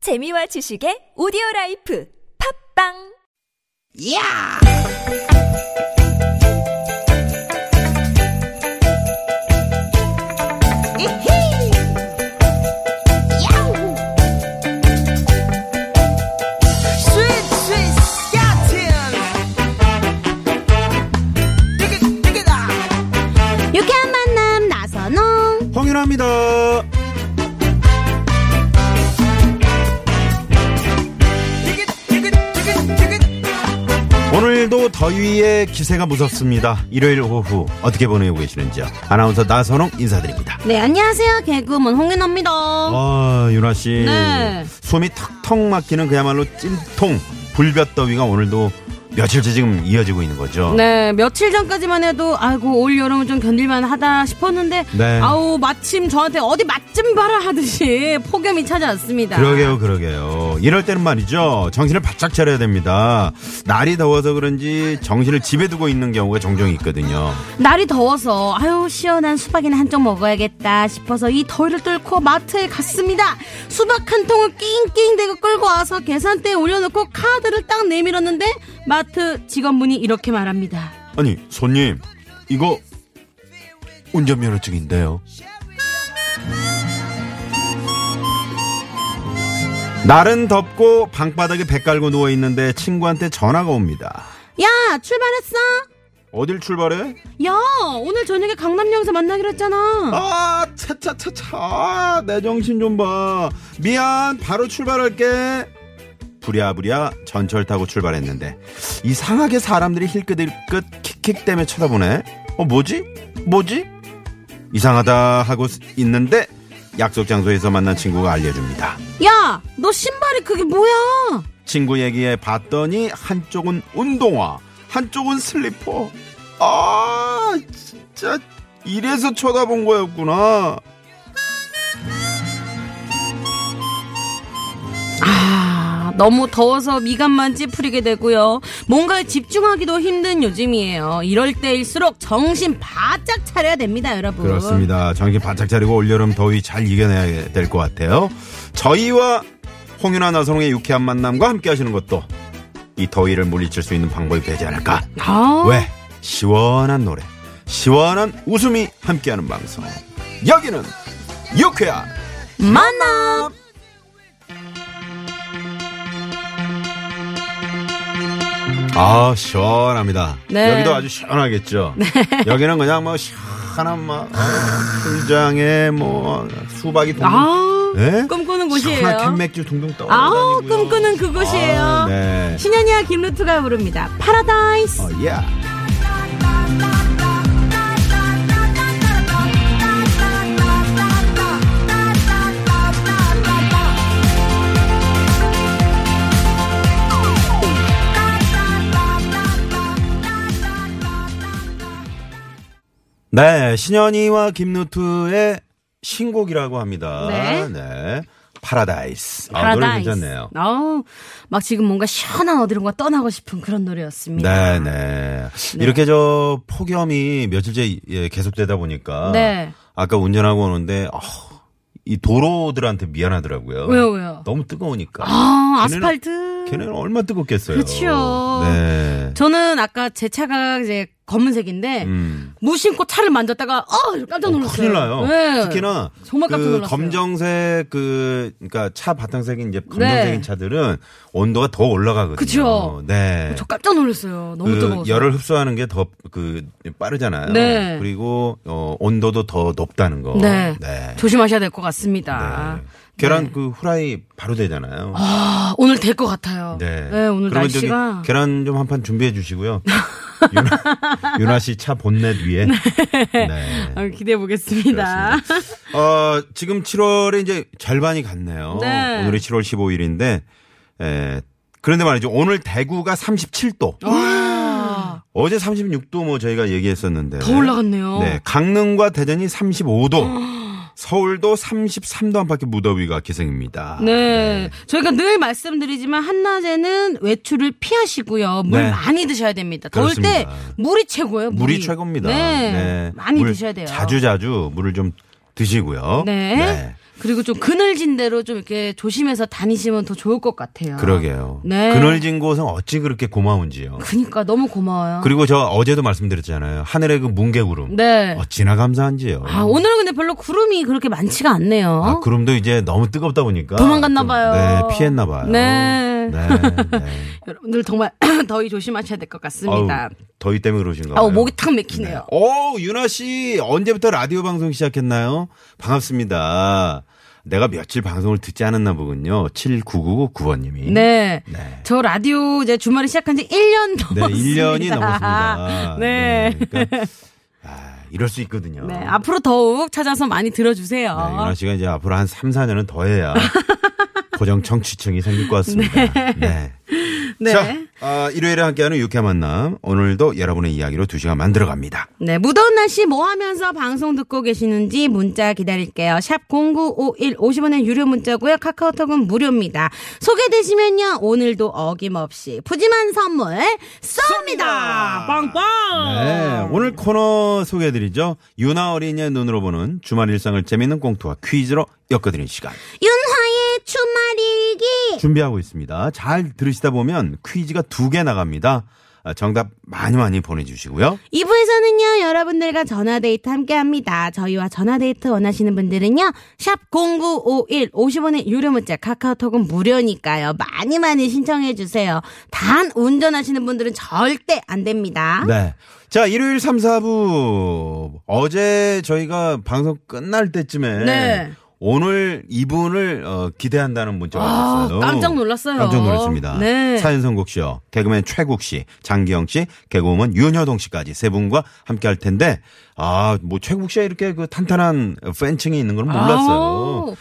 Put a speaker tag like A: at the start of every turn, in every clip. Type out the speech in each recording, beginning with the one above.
A: 재미와 지식의 오디오 라이프 팝빵
B: 야! 이히! 야우! 스윗, 스윗, 스캇틴! 디귿, 디귿아!
C: 유쾌한 만남 나선홍
D: 홍윤아입니다.
B: 디귿, 디귿, 디귿, 디귿!
D: 오늘도 더위에 기세가 무섭습니다. 일요일 오후 어떻게 보내고 계시는지요? 아나운서 나선홍 인사드립니다.
C: 네 안녕하세요 개그우먼 홍윤아입니다
D: 아, 윤아 씨.
C: 네.
D: 숨이 턱턱 막히는 그야말로 찜통 불볕더위가 오늘도 며칠째 지금 이어지고 있는 거죠.
C: 네 며칠 전까지만 해도 아이고 올 여름은 좀 견딜만 하다 싶었는데
D: 네.
C: 아우 마침 저한테 어디 맛 좀 봐라 하듯이 폭염이 찾아왔습니다
D: 그러게요, 그러게요. 이럴 때는 말이죠. 정신을 바짝 차려야 됩니다. 날이 더워서 그런지 정신을 집에 두고 있는 경우가 종종 있거든요.
C: 날이 더워서 아유 시원한 수박이나 한 쪽 먹어야겠다 싶어서 이 더위를 뚫고 마트에 갔습니다 수박 한 통을 낑낑대고 끌고 와서 계산대에 올려놓고 카드를 딱 내밀었는데 마트 직원분이 이렇게 말합니다
D: 아니, 손님, 이거 운전면허증인데요. 날은 덥고 방바닥에 배 깔고 누워 있는데 친구한테 전화가 옵니다.
C: 야 출발했어
D: 어딜 출발해?
C: 야 오늘 저녁에 강남역에서 만나기로 했잖아
D: 아, 차차차차. 내 정신 좀 봐. 미안, 바로 출발할게. 부랴부랴 전철 타고 출발했는데 이상하게 사람들이 힐끗힐끗 킥킥 때문에 쳐다보네. 어, 뭐지? 뭐지? 이상하다 하고 있는데 약속 장소에서 만난 친구가 알려줍니다.
C: 야 너 신발이 그게 뭐야
D: 친구 얘기해 봤더니 한쪽은 운동화, 한쪽은 슬리퍼. 아, 진짜 이래서 쳐다본 거였구나.
C: 아 너무 더워서 미간만 찌푸리게 되고요 뭔가에 집중하기도 힘든 요즘이에요 이럴 때일수록 정신 바짝 차려야 됩니다 여러분
D: 네, 그렇습니다. 정신 바짝 차리고 올여름 더위 잘 이겨내야 될 것 같아요. 저희와 홍윤아 나선홍의 유쾌한 만남과 함께 하시는 것도 이 더위를 물리칠 수 있는 방법이 되지 않을까.
C: 아,
D: 왜? 시원한 노래, 시원한 웃음이 함께하는 방송. 여기는 유쾌한
C: 만남
D: 아 시원합니다.
C: 네.
D: 여기도 아주 시원하겠죠. 여기는 그냥 뭐 시원한 막 아, 풀장에 뭐 수박이 동
C: 아
D: 예?
C: 꿈꾸는
D: 시원한
C: 곳이에요
D: 캔맥주 동동 떠.
C: 아 꿈꾸는 그곳이에요
D: 네.
C: 신현이와 김루트가 부릅니다 파라다이스
D: 어, 예. 네, 신현이와 김누트의 신곡이라고 합니다.
C: 네.
D: 네. 파라다이스. 아,
C: 파라다이스.
D: 노래 괜찮네요.
C: 어우, 막 지금 뭔가 시원한 어디론가 떠나고 싶은 그런 노래였습니다.
D: 네, 네. 이렇게 저 폭염이 며칠째 예, 계속되다 보니까
C: 네.
D: 아까 운전하고 오는데 어, 이 도로들한테 미안하더라고요.
C: 왜요, 왜요?
D: 너무 뜨거우니까.
C: 아,
D: 걔네는-
C: 아스팔트.
D: 걔네는 얼마 뜨겁겠어요.
C: 그렇죠.
D: 네.
C: 저는 아까 제 차가 이제 검은색인데
D: 음.
C: 무심코 차를 만졌다가 어 깜짝
D: 어,
C: 놀랐어요.
D: 큰일 나요.
C: 네.
D: 특히나
C: 정말 깜짝
D: 그
C: 놀랐어요.
D: 검정색 그 그러니까 차 바탕색인 이제 검정색인
C: 네.
D: 차들은 온도가 더 올라가거든요.
C: 그쵸.
D: 네.
C: 저 깜짝 놀랐어요. 너무
D: 그
C: 뜨거워서.
D: 열을 흡수하는 게 더 그 빠르잖아요.
C: 네.
D: 그리고 어, 온도도 더 높다는 거.
C: 네.
D: 네.
C: 조심하셔야 될 것
D: 네.
C: 같습니다.
D: 계란 그 후라이 바로 되잖아요.
C: 아, 오늘 될 것 같아요.
D: 네.
C: 오늘
D: 그러면 저기
C: 날씨가
D: 계란 좀 한 판 준비해 주시고요. 윤아, 윤아 씨 차 본넷 위에. 네.
C: 아, 기대해 보겠습니다.
D: 그렇습니다. 어, 지금 7월에 이제 절반이 갔네요.
C: 네.
D: 오늘이 7월 15일인데, 에, 그런데 말이죠. 오늘 대구가 37도.
C: 아, 와,
D: 어제 36도 뭐 저희가 얘기했었는데.
C: 더 올라갔네요.
D: 네, 강릉과 대전이 35도, 서울도 33도 안팎의 무더위가 기승입니다.
C: 네. 저희가 늘 말씀드리지만 한낮에는 외출을 피하시고요. 물
D: 네.
C: 많이 드셔야 됩니다. 더울 때
D: 그렇습니다.
C: 물이 최고예요. 물이,
D: 물이 최고입니다.
C: 네. 많이
D: 물
C: 드셔야 돼요.
D: 자주 자주 물을 좀 드시고요.
C: 네. 그리고 좀 그늘진 대로 좀 이렇게 조심해서 다니시면 더 좋을 것 같아요.
D: 그러게요.
C: 네.
D: 그늘진 곳은 어찌 그렇게 고마운지요.
C: 그니까 너무 고마워요.
D: 그리고 저 어제도 말씀드렸잖아요. 하늘의 그 뭉게구름.
C: 네.
D: 어찌나 감사한지요.
C: 아, 오늘은 근데 별로 구름이 그렇게 많지가 않네요.
D: 아, 구름도 이제 너무 뜨겁다 보니까.
C: 도망갔나
D: 좀,
C: 봐요.
D: 네, 피했나 봐요.
C: 네.
D: 네. 네.
C: 여러분들 정말 더위 조심하셔야 될 것 같습니다.
D: 아우, 더위 때문에 그러신가 봐요.
C: 아우, 목이 탁 맥히네요.
D: 오, 유나 씨, 언제부터 라디오 방송 시작했나요? 반갑습니다. 내가 며칠 방송을 듣지 않았나 보군요. 7999번님이.
C: 네.
D: 네.
C: 저 라디오 이제 주말에 시작한 지 1년
D: 네,
C: 넘었습니다.
D: 1년이 넘었습니다.
C: 네. 네.
D: 그러니까, 아, 이럴 수 있거든요.
C: 앞으로 더욱 찾아서 많이 들어주세요.
D: 네, 유나 씨가 이제 앞으로 한 3, 4년은 더 해야 고정 청취층이 생길 것 같습니다. 네.
C: 네.
D: 자, 아, 일요일에 함께하는 유쾌한 만남. 오늘도 여러분의 이야기로 2시간 만들어 갑니다.
C: 네, 무더운 날씨 뭐 하면서 방송 듣고 계시는지 문자 기다릴게요. 샵 0951 50원의 유료 문자고요. 카카오톡은 무료입니다. 소개되시면요. 오늘도 어김없이 푸짐한 선물 쏩니다. 빵빵.
D: 네, 오늘 코너 소개해드리죠. 유나 어린이의 눈으로 보는 주말 일상을 재밌는 꽁트와 퀴즈로 엮어드리는 시간
C: 윤화의 주말일기.
D: 준비하고 있습니다. 잘 들으시다 보면 퀴즈가 두 개 나갑니다. 아, 정답 많이 많이 보내주시고요.
C: 2부에서는요. 여러분들과 전화데이트 함께합니다. 저희와 전화데이트 원하시는 분들은요. 샵 0951 50원의 유료 문자 카카오톡은 무료니까요. 많이 많이 신청해 주세요. 단 운전하시는 분들은 절대 안 됩니다.
D: 네. 자, 일요일 3, 4부. 어제 저희가 방송 끝날 때쯤에.
C: 네.
D: 오늘 이분을 어, 기대한다는 문자가
C: 아,
D: 왔어요.
C: 깜짝 놀랐어요.
D: 깜짝 놀랐습니다.
C: 네.
D: 사연성국 씨요. 개그맨 최국 씨, 장기영 씨, 개그우먼 윤여동 씨까지 세 분과 함께 할 텐데 아, 뭐 최국 씨가 이렇게 그 탄탄한 팬층이 있는 건 몰랐어요.
C: 아우.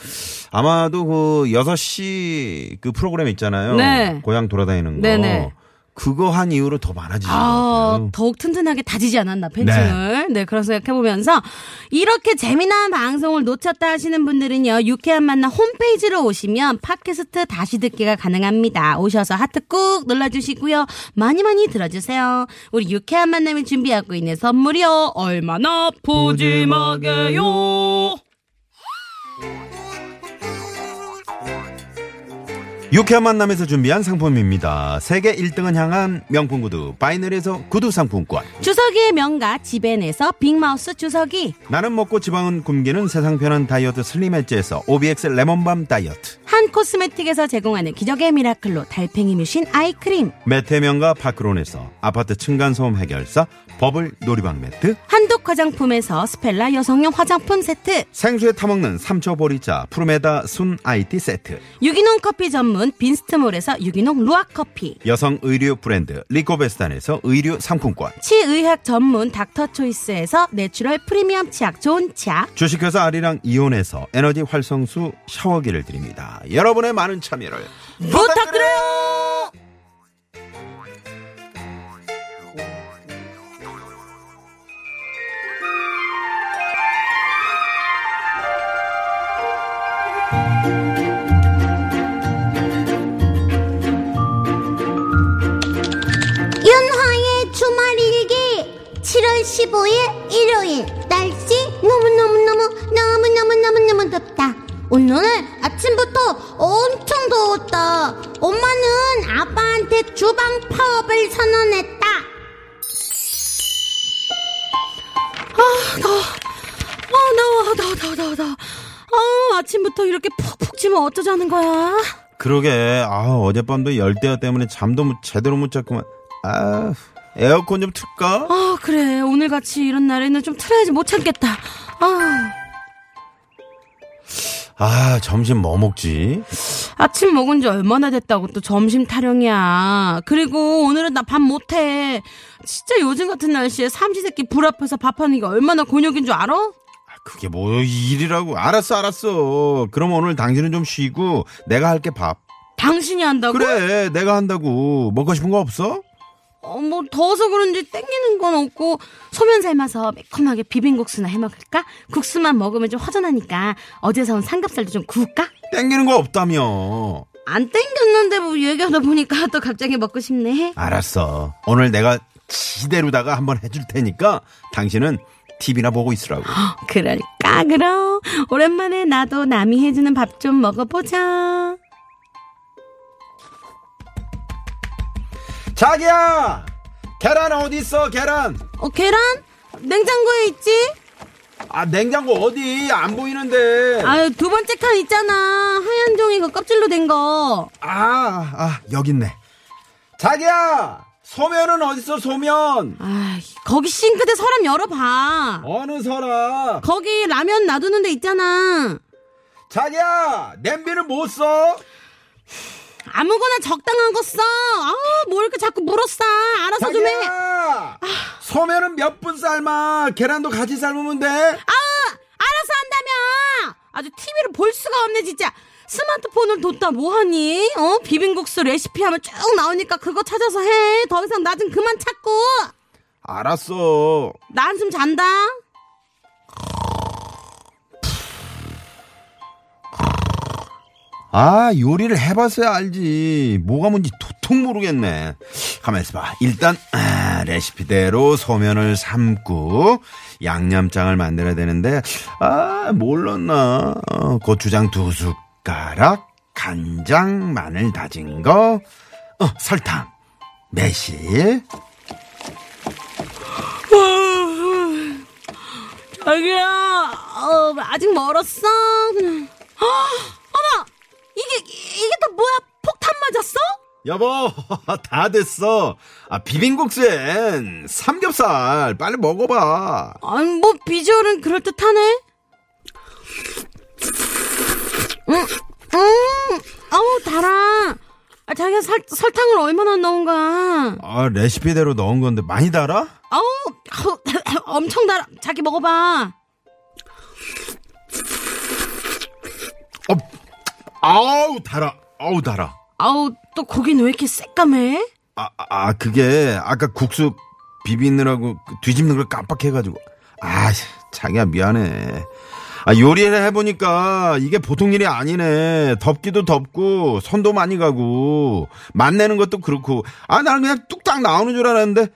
D: 아마도 그 6시 그 프로그램 있잖아요.
C: 네.
D: 고향 돌아다니는 거.
C: 네네.
D: 그거 한 이후로 더 많아지신 것
C: 아,
D: 같아요.
C: 더욱 튼튼하게 다지지 않았나, 팬층을. 네, 그런 생각해보면서, 이렇게 재미난 방송을 놓쳤다 하시는 분들은요, 유쾌한 만남 홈페이지로 오시면 팟캐스트 다시 듣기가 가능합니다. 오셔서 하트 꾹 눌러주시고요. 많이 많이 들어주세요. 우리 유쾌한 만남이 준비하고 있는 선물이요. 얼마나 푸짐하게요.
D: 유쾌한 만남에서 준비한 상품입니다. 세계 1등을 향한 명품 구두 바이널에서 구두 상품권.
C: 주석이의 명가 지벤에서 빅마우스 주석이.
D: 나는 먹고 지방은 굶기는 세상 편한 다이어트 슬림 엣지에서 오비엑스 레몬밤 다이어트.
C: 한 코스메틱에서 제공하는 기적의 미라클로 달팽이 뮤신 아이크림.
D: 매태명과 파크론에서 아파트 층간소음 해결사 버블 놀이방 매트.
C: 한독 화장품에서 스펠라 여성용 화장품 세트,
D: 생수에 타먹는 삼초 보리차 푸르메다 순 IT 세트.
C: 유기농 커피 전문 빈스트몰에서 유기농 루아 커피,
D: 여성 의류 브랜드 리코베스탄에서 의류 상품권.
C: 치의학 전문 닥터초이스에서 내추럴 프리미엄 치약 좋은 치약,
D: 주식회사 아리랑 이온에서 에너지 활성수 샤워기를 드립니다. 여러분의 많은 참여를
C: 부탁드려요!
E: 윤화의 주말일기 7월 15일 일요일 날씨 너무너무너무 너무너무너무너무 덥다 오늘 아침부터 엄청 더웠다 엄마는 아빠한테 주방 파업을 선언했다
C: 아, 나와, 나와, 나와, 나와, 나와. 아, 아침부터 이렇게 푹푹 지면 어쩌자는 거야?
D: 그러게 아 어젯밤도 열대야 때문에 잠도 못- 제대로 못 잤구만 아 에어컨 좀 틀까
C: 아, 그래. 오늘같이 이런 날에는 좀 틀어야지 못 참겠다. 아,
D: 아 점심 뭐 먹지
C: 아침 먹은 지 얼마나 됐다고 또 점심 타령이야. 그리고 오늘은 나 밥 못해. 진짜 요즘 같은 날씨에 삼시세끼 불 앞에서 밥하는 게 얼마나 곤욕인 줄 알아?
D: 아, 그게 뭐 일이라고 알았어 알았어 그럼 오늘 당신은 좀 쉬고 내가 할게 밥
C: 당신이 한다고?
D: 그래 내가 한다고 먹고 싶은 거 없어
C: 어, 뭐 더워서 그런지 땡기는 건 없고 소면 삶아서 매콤하게 비빔국수나 해 먹을까? 국수만 먹으면 좀 허전하니까 어제 사온 삼겹살도 좀 구울까?
D: 땡기는 거 없다며
C: 안 땡겼는데 뭐 얘기하다 보니까 또 갑자기 먹고 싶네.
D: 알았어 오늘 내가 지대로다가 한번 해줄 테니까 당신은 TV나 보고 있으라고.
C: 어, 그럴까 그럼 오랜만에 나도 남이 해주는 밥 좀 먹어보자
D: 자기야! 계란 어디 있어, 계란?
C: 어 계란 냉장고에 있지
D: 아, 냉장고 어디? 안 보이는데. 아,
C: 아유 두 번째 칸 있잖아 하얀 종이 그 껍질로 된거
D: 아, 여기 있네. 자기야! 소면은 어딨어, 소면?
C: 아 거기 싱크대 서랍 열어봐
D: 어느 서랍?
C: 거기 라면 놔두는 데 있잖아
D: 자기야! 냄비는 못
C: 아,
D: 써?
C: 아무거나 적당한 거 써. 아, 뭘 이렇게 자꾸 물었어. 알아서 좀 해. 아,
D: 자기야! 소면은 몇 분 삶아? 계란도 같이 삶으면 돼?
C: 아. 알아서 한다며. 아주 TV를 볼 수가 없네, 진짜. 스마트폰을 뒀다 뭐하니? 어? 비빔국수 레시피 하면 쭉 나오니까 그거 찾아서 해. 더 이상 나 좀 그만 찾고.
D: 알았어.
C: 나 한숨 잔다.
D: 아, 요리를 해봤어야 알지. 뭐가 뭔지 도통 모르겠네. 가만 있어봐. 일단, 아, 레시피대로 소면을 삶고, 양념장을 만들어야 되는데, 아, 몰랐나. 어, 고추장 두 숟가락, 간장, 마늘 다진 거, 어, 설탕, 매실.
C: 자기야, 어, 아직 멀었어. 그냥. 아, 어머! 이게, 이게 또 뭐야? 폭탄 맞았어?
D: 여보, 다 됐어. 아, 비빔국수엔 삼겹살. 빨리 먹어봐.
C: 아니 뭐 비주얼은 그럴듯하네. 음, 음, 아우 달아. 아, 자기가 살, 설탕을 얼마나 넣은 거야?
D: 아, 레시피대로 넣은 건데 많이 달아?
C: 아우, 아우 엄청 달아. 자기 먹어봐.
D: 어, 아우 달아, 아우 달아.
C: 아우 또 고기는 왜 이렇게 새까매?
D: 아, 아, 아, 그게 아까 국수 비비느라고 그 뒤집는 걸 깜빡해가지고. 아, 씨, 자기야 미안해. 아, 요리를 해보니까 이게 보통 일이 아니네. 덥기도 덥고 손도 많이 가고 맛내는 것도 그렇고. 아, 나는 그냥 뚝딱 나오는 줄 알았는데.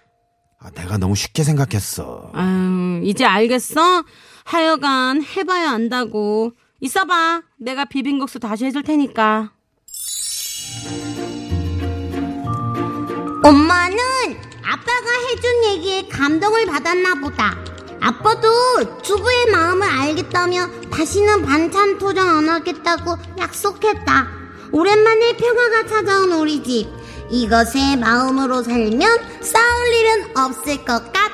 D: 아, 내가 너무 쉽게 생각했어.
C: 아유 이제 알겠어. 하여간 해봐야 안다고. 있어봐. 내가 비빔국수 다시 해줄 테니까.
E: 엄마는 아빠가 해준 얘기에 감동을 받았나 보다. 아빠도 주부의 마음을 알겠다며 다시는 반찬 도전 안 하겠다고 약속했다. 오랜만에 평화가 찾아온 우리 집. 이것에 마음으로 살면 싸울 일은 없을 것 같다.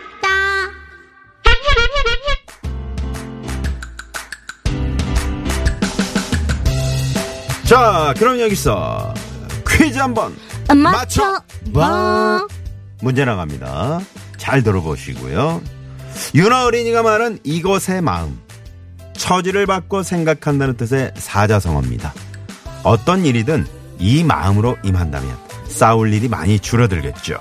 D: 자, 그럼 여기서 퀴즈 한번
E: 맞춰
D: 봐. 문제 나갑니다. 잘 들어보시고요. 유나 어린이가 말한 이것의 마음. 처지를 바꿔 생각한다는 뜻의 사자성어입니다. 어떤 일이든 이 마음으로 임한다면 싸울 일이 많이 줄어들겠죠.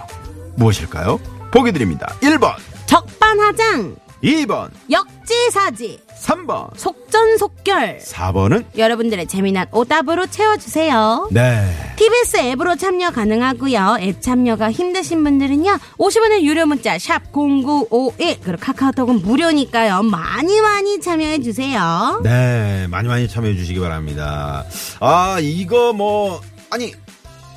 D: 무엇일까요? 보기 드립니다. 1번,
C: 적반하장,
D: 2번,
C: 역지사지.
D: 3번,
C: 속전속결
D: 4번은
C: 여러분들의 재미난 오답으로 채워주세요
D: 네.
C: TBS 앱으로 참여 가능하고요 앱 참여가 힘드신 분들은요 50원의 유료 문자 샵 0951 그리고 카카오톡은 무료니까요 많이 많이 참여해주세요
D: 네, 많이 많이 참여해 주시기 바랍니다. 아, 이거 뭐, 아니,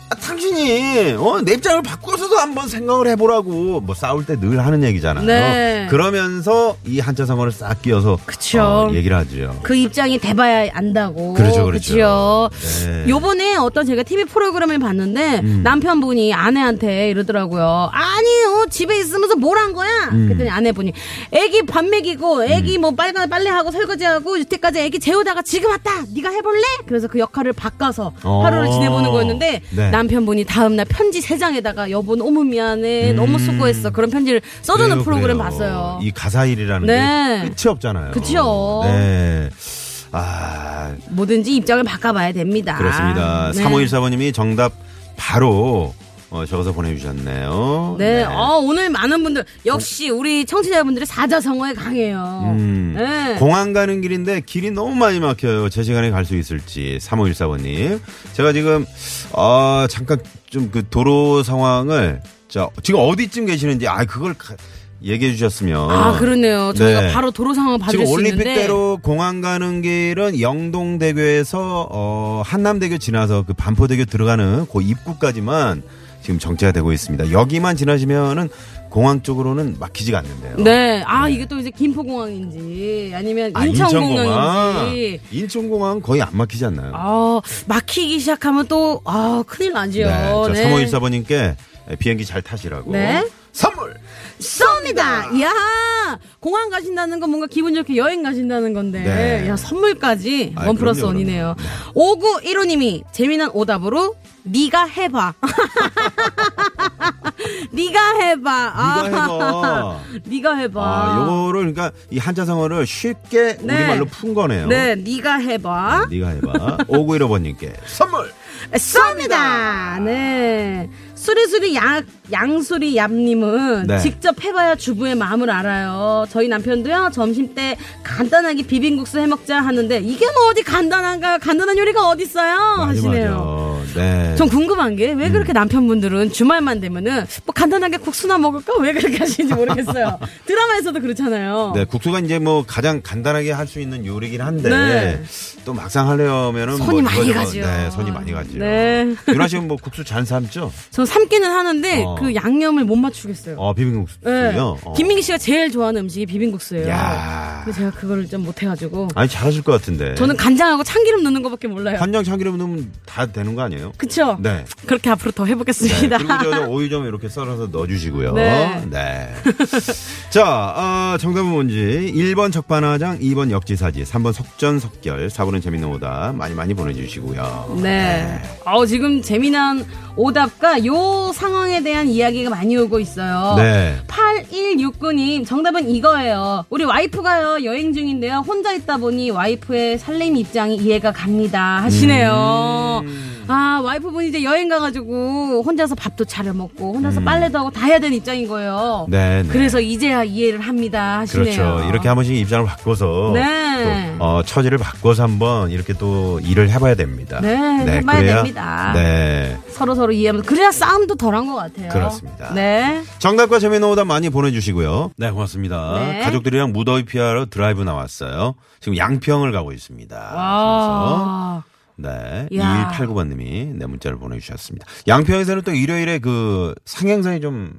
D: 아, 당신이, 어, 내 입장을 바꿔서도 한번 생각을 해보라고, 뭐, 싸울 때 늘 하는 얘기잖아요.
C: 네.
D: 그러면서 이 한자 성어를 싹 끼워서,
C: 그쵸.
D: 어, 얘기를 하죠.
C: 그 입장이 돼봐야 안다고
D: 그렇죠, 그렇죠.
C: 그치요?
D: 네. 음.
C: 요번에 어떤 제가 TV 프로그램을 봤는데 남편분이 아내한테 이러더라고요. 아니요, 집에 있으면서 뭘 한 거야?
D: 음.
C: 그랬더니 아내분이 애기 밥 먹이고 애기 뭐 빨간 빨래하고 설거지하고 이때까지 애기 재우다가 지금 왔다. 네가 해볼래? 그래서 그 역할을 바꿔서
D: 어.
C: 하루를 지내보는 거였는데
D: 네.
C: 남편분이 다음날 편지 세 장에다가 여보 너무 미안해, 너무 수고했어 그런 편지를 써주는
D: 음. 그래요,
C: 프로그램
D: 그래요.
C: 봤어요.
D: 이 가사일이라는
C: 네.
D: 게 끝이 없잖아요.
C: 그치요.
D: 네. 아,
C: 뭐든지 입장을 바꿔봐야 됩니다.
D: 그렇습니다.
C: 네.
D: 3514번님이 정답 바로 어, 적어서 보내주셨네요.
C: 네, 어, 오늘 많은 분들 역시 우리 청취자분들이 사자성어에 강해요.
D: 음,
C: 네.
D: 공항 가는 길인데 길이 너무 많이 막혀요. 제 시간에 갈 수 있을지. 3514번님. 제가 지금, 아, 잠깐 좀 그 도로 상황을, 자, 지금 어디쯤 계시는지, 아, 그걸 가- 얘기해 주셨으면.
C: 아 그러네요. 저희가
D: 네.
C: 바로 도로 상황을 봐줄
D: 지금
C: 수 있는데
D: 올림픽대로 공항 가는 길은 영동대교에서 어, 한남대교 지나서 그 반포대교 들어가는 그 입구까지만 지금 정체가 되고 있습니다. 여기만 지나시면은 공항 쪽으로는 막히지가 않는데요.
C: 네. 아 이게 또 이제 김포공항인지 아니면
D: 어. 아,
C: 인천공항인지.
D: 인천공항 거의 안 막히지 않나요?
C: 아 막히기 시작하면 또아 큰일 나지요.
D: 자,
C: 네.
D: 3514번님께 비행기 잘 타시라고.
C: 네.
D: 선물!
C: 쏩니다. 야 공항 가신다는 건 뭔가 기분 좋게 여행 가신다는 건데
D: 네.
C: 야 선물까지
D: 아이,
C: 원 플러스
D: 그럼요,
C: 원이네요. 5915님이 재미난 오답으로 네가 해봐. 네가 해봐.
D: 네가
C: 아,
D: 해봐.
C: 네가 해봐.
D: 아, 요거를, 그러니까 이 한자성어를 쉽게
C: 네.
D: 우리말로 푼 거네요.
C: 네, 네가 해봐.
D: 네가 해봐. 5915번님께 선물!
C: 쏩니다. 네. 수리수리 양, 양수리 얌님은
D: 네.
C: 직접 해봐야 주부의 마음을 알아요. 저희 남편도요, 점심때 간단하게 비빔국수 해먹자 하는데, 이게 뭐 어디 간단한가요? 간단한 요리가 어딨어요? 하시네요.
D: 맞아. 네.
C: 전 궁금한 게, 왜
D: 음.
C: 그렇게 남편분들은 주말만 되면은, 뭐 간단하게 국수나 먹을까? 왜 그렇게 하시는지 모르겠어요. 드라마에서도 그렇잖아요.
D: 네, 국수가 이제 뭐 가장 간단하게 할 수 있는 요리긴 한데
C: 네.
D: 또 막상 하려면은
C: 손이
D: 뭐
C: 많이
D: 이거저거,
C: 가죠.
D: 네, 손이 많이 가죠.
C: 네.
D: 유나 씨는 뭐 국수 잔 삶죠?
C: 저 삶기는 하는데,
D: 어.
C: 그 양념을 못 맞추겠어요.
D: 어,
C: 네.
D: 비빔국수요. 어.
C: 김민기 씨가 제일 좋아하는 음식이 비빔국수예요.
D: 야.
C: 근데 제가 그거를 좀 못해가지고
D: 아니 잘하실 것 같은데.
C: 저는 간장하고 참기름 넣는 것밖에 몰라요.
D: 간장 참기름 넣으면 다 되는 거 아니에요?
C: 그쵸?
D: 네.
C: 그렇게 앞으로 더
D: 네,
C: 해보겠습니다.
D: 그리고 저 오이 좀 이렇게 썰어서 넣어주시고요.
C: 네.
D: 네. 자, 어, 정답은 뭔지 1번 적반하장, 2번 역지사지, 3번 속전속결, 4번은 재밌는 오다 많이 많이 보내주시고요.
C: 네. 어, 지금 재미난 오답과 요 상황에 대한 이야기가 많이 오고 있어요.
D: 네.
C: 8169님, 정답은 이거예요. 우리 와이프가요, 여행 중인데요. 혼자 있다 보니 와이프의 설렘 입장이 이해가 갑니다. 하시네요.
D: 음.
C: 아, 와이프분이 이제 여행 가가지고 혼자서 밥도 차려 먹고, 혼자서 빨래도 하고 다 해야 되는 입장인 거예요.
D: 음. 네, 네.
C: 그래서 이제야 이해를 합니다. 하시네요.
D: 그렇죠. 이렇게 한 번씩 입장을 바꿔서
C: 네.
D: 또, 어, 처지를 바꿔서 한번 이렇게 또 일을 해봐야 됩니다.
C: 네, 해봐야 됩니다.
D: 네.
C: 서로 서로 이해하면서 그래야 싸움도 덜한 것 같아요.
D: 그렇습니다.
C: 네.
D: 정답과 재미있는 오답 많이 보내주시고요. 네, 고맙습니다.
C: 네.
D: 가족들이랑 무더위 피하러 드라이브 나왔어요. 지금 양평을 가고 있습니다. 그래서
C: 와.
D: 네.
C: 이야.
D: 2189번님이 내 문자를 보내주셨습니다. 양평에서는 또 일요일에 그 상행선이 좀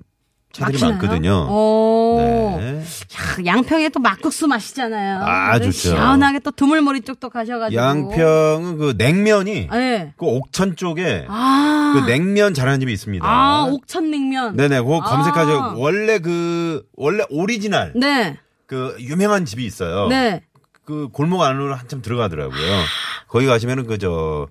D: 차들이
C: 막히나요?
D: 많거든요.
C: 오.
D: 네.
C: 야, 양평에 또 막국수 맛있잖아요.
D: 아,
C: 그래서
D: 좋죠.
C: 시원하게 또 드물머리 쪽 또 가셔가지고.
D: 양평은 그 냉면이
C: 네.
D: 그 옥천 쪽에
C: 아.
D: 그 냉면 잘하는 집이 있습니다.
C: 아, 옥천냉면.
D: 네. 네네, 그거
C: 아.
D: 검색하죠. 원래 그, 원래 오리지널,
C: 네.
D: 그, 유명한 집이 있어요.
C: 네.
D: 그 골목 안으로 한참 들어가더라고요. 거기 가시면은 그, 저,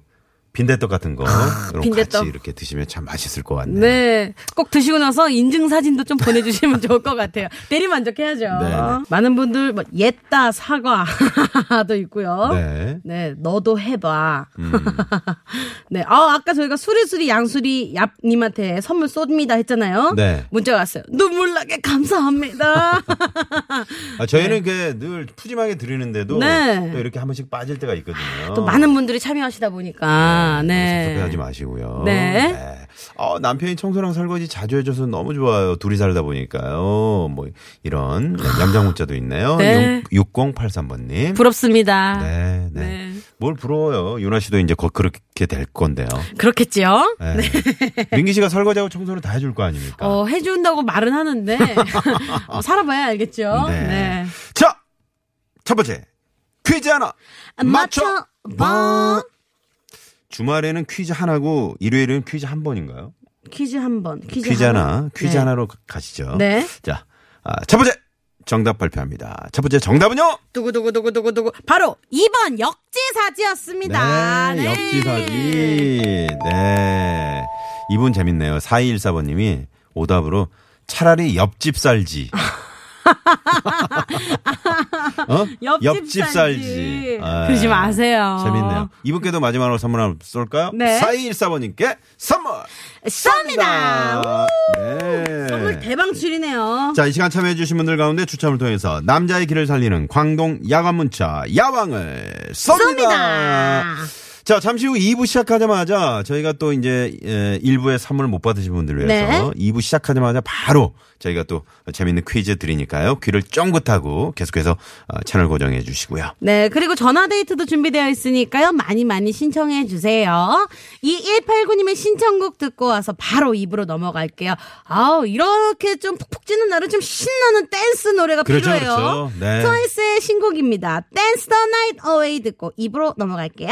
D: 빈대떡 같은 거. 이런 거
C: 아, 빈대떡.
D: 같이 이렇게 드시면 참 맛있을 것 같네요.
C: 네. 꼭 드시고 나서 인증사진도 좀 보내주시면 좋을 것 같아요. 대리만족해야죠.
D: 네.
C: 많은 분들, 뭐, 옛다, 사과도 있고요.
D: 네. 음.
C: 네, 너도 해봐. 네, 아, 아까 저희가 수리수리 양수리 얍님한테 선물 쏩니다 했잖아요.
D: 네.
C: 문자가 왔어요. 눈물나게 감사합니다.
D: 아, 저희는 이렇게 늘 푸짐하게 드리는데도
C: 네.
D: 또 이렇게 한 번씩 빠질 때가 있거든요.
C: 또 많은 분들이 참여하시다 보니까, 네.
D: 어. 섭섭해하지 마시고요.
C: 네.
D: 어, 남편이 청소랑 설거지 자주 해줘서 너무 좋아요. 둘이 살다 보니까요. 뭐 이런 양장 문자도 있네요.
C: 아. 네.
D: 6083번님.
C: 부럽습니다.
D: 네, 네.
C: 네.
D: 뭘 부러워요. 유나 씨도 이제 곧 그렇게 될 건데요.
C: 그렇겠죠?
D: 네. 민기 씨가 설거지하고 청소를 다 해줄 거 아닙니까?
C: 어, 해준다고 말은 하는데, 어, 살아봐야 알겠죠?
D: 네.
C: 네.
D: 자, 첫 번째 퀴즈 하나 맞춰. 뭐?
C: 맞춰봐.
D: 주말에는 퀴즈 하나고 일요일은 퀴즈 한 번인가요?
C: 퀴즈 한 번. 퀴즈,
D: 퀴즈 하나, 퀴즈
C: 네.
D: 하나로 가- 가시죠.
C: 네.
D: 자, 아, 첫 번째 정답 발표합니다. 첫 번째 정답은요?
C: 두구두구두구두구두구. 바로 2번 역지사지였습니다.
D: 네, 역지사지. 네. 이분 재밌네요. 4214번님이 오답으로 차라리 옆집 살지. 어? 아,
C: 옆집 살지. 그러지 마세요.
D: 재밌네요. 이분께도 마지막으로 선물 하나 쏠까요?
C: 네.
D: 4214번님께 선물!
C: 쏩니다.
D: 네.
C: 선물 대방출이네요.
D: 자, 이 시간 참여해주신 분들 가운데 추첨을 통해서 남자의 길을 살리는 광동 야관문자 야왕을 쏩니다.
C: 쏩니다.
D: 자, 잠시 후 2부 시작하자마자 저희가 또 이제 예, 1부에 선물 못 받으신 분들을 위해서 2부 시작하자마자 바로 저희가 또 재밌는 퀴즈 드리니까요. 귀를 쫑긋하고 계속해서 어, 채널 고정해 주시고요.
C: 네, 그리고 전화데이트도 준비되어 있으니까요. 많이 많이 신청해 주세요. 이 189님의 신청곡 듣고 와서 바로 입으로 넘어갈게요. 아우, 이렇게 좀 푹푹 찌는 날은 좀 신나는 댄스 노래가
D: 그렇죠,
C: 필요해요.
D: 그렇죠. 네.
C: 트와이스의 신곡입니다. 댄스 더 나이트 어웨이 듣고 입으로 넘어갈게요.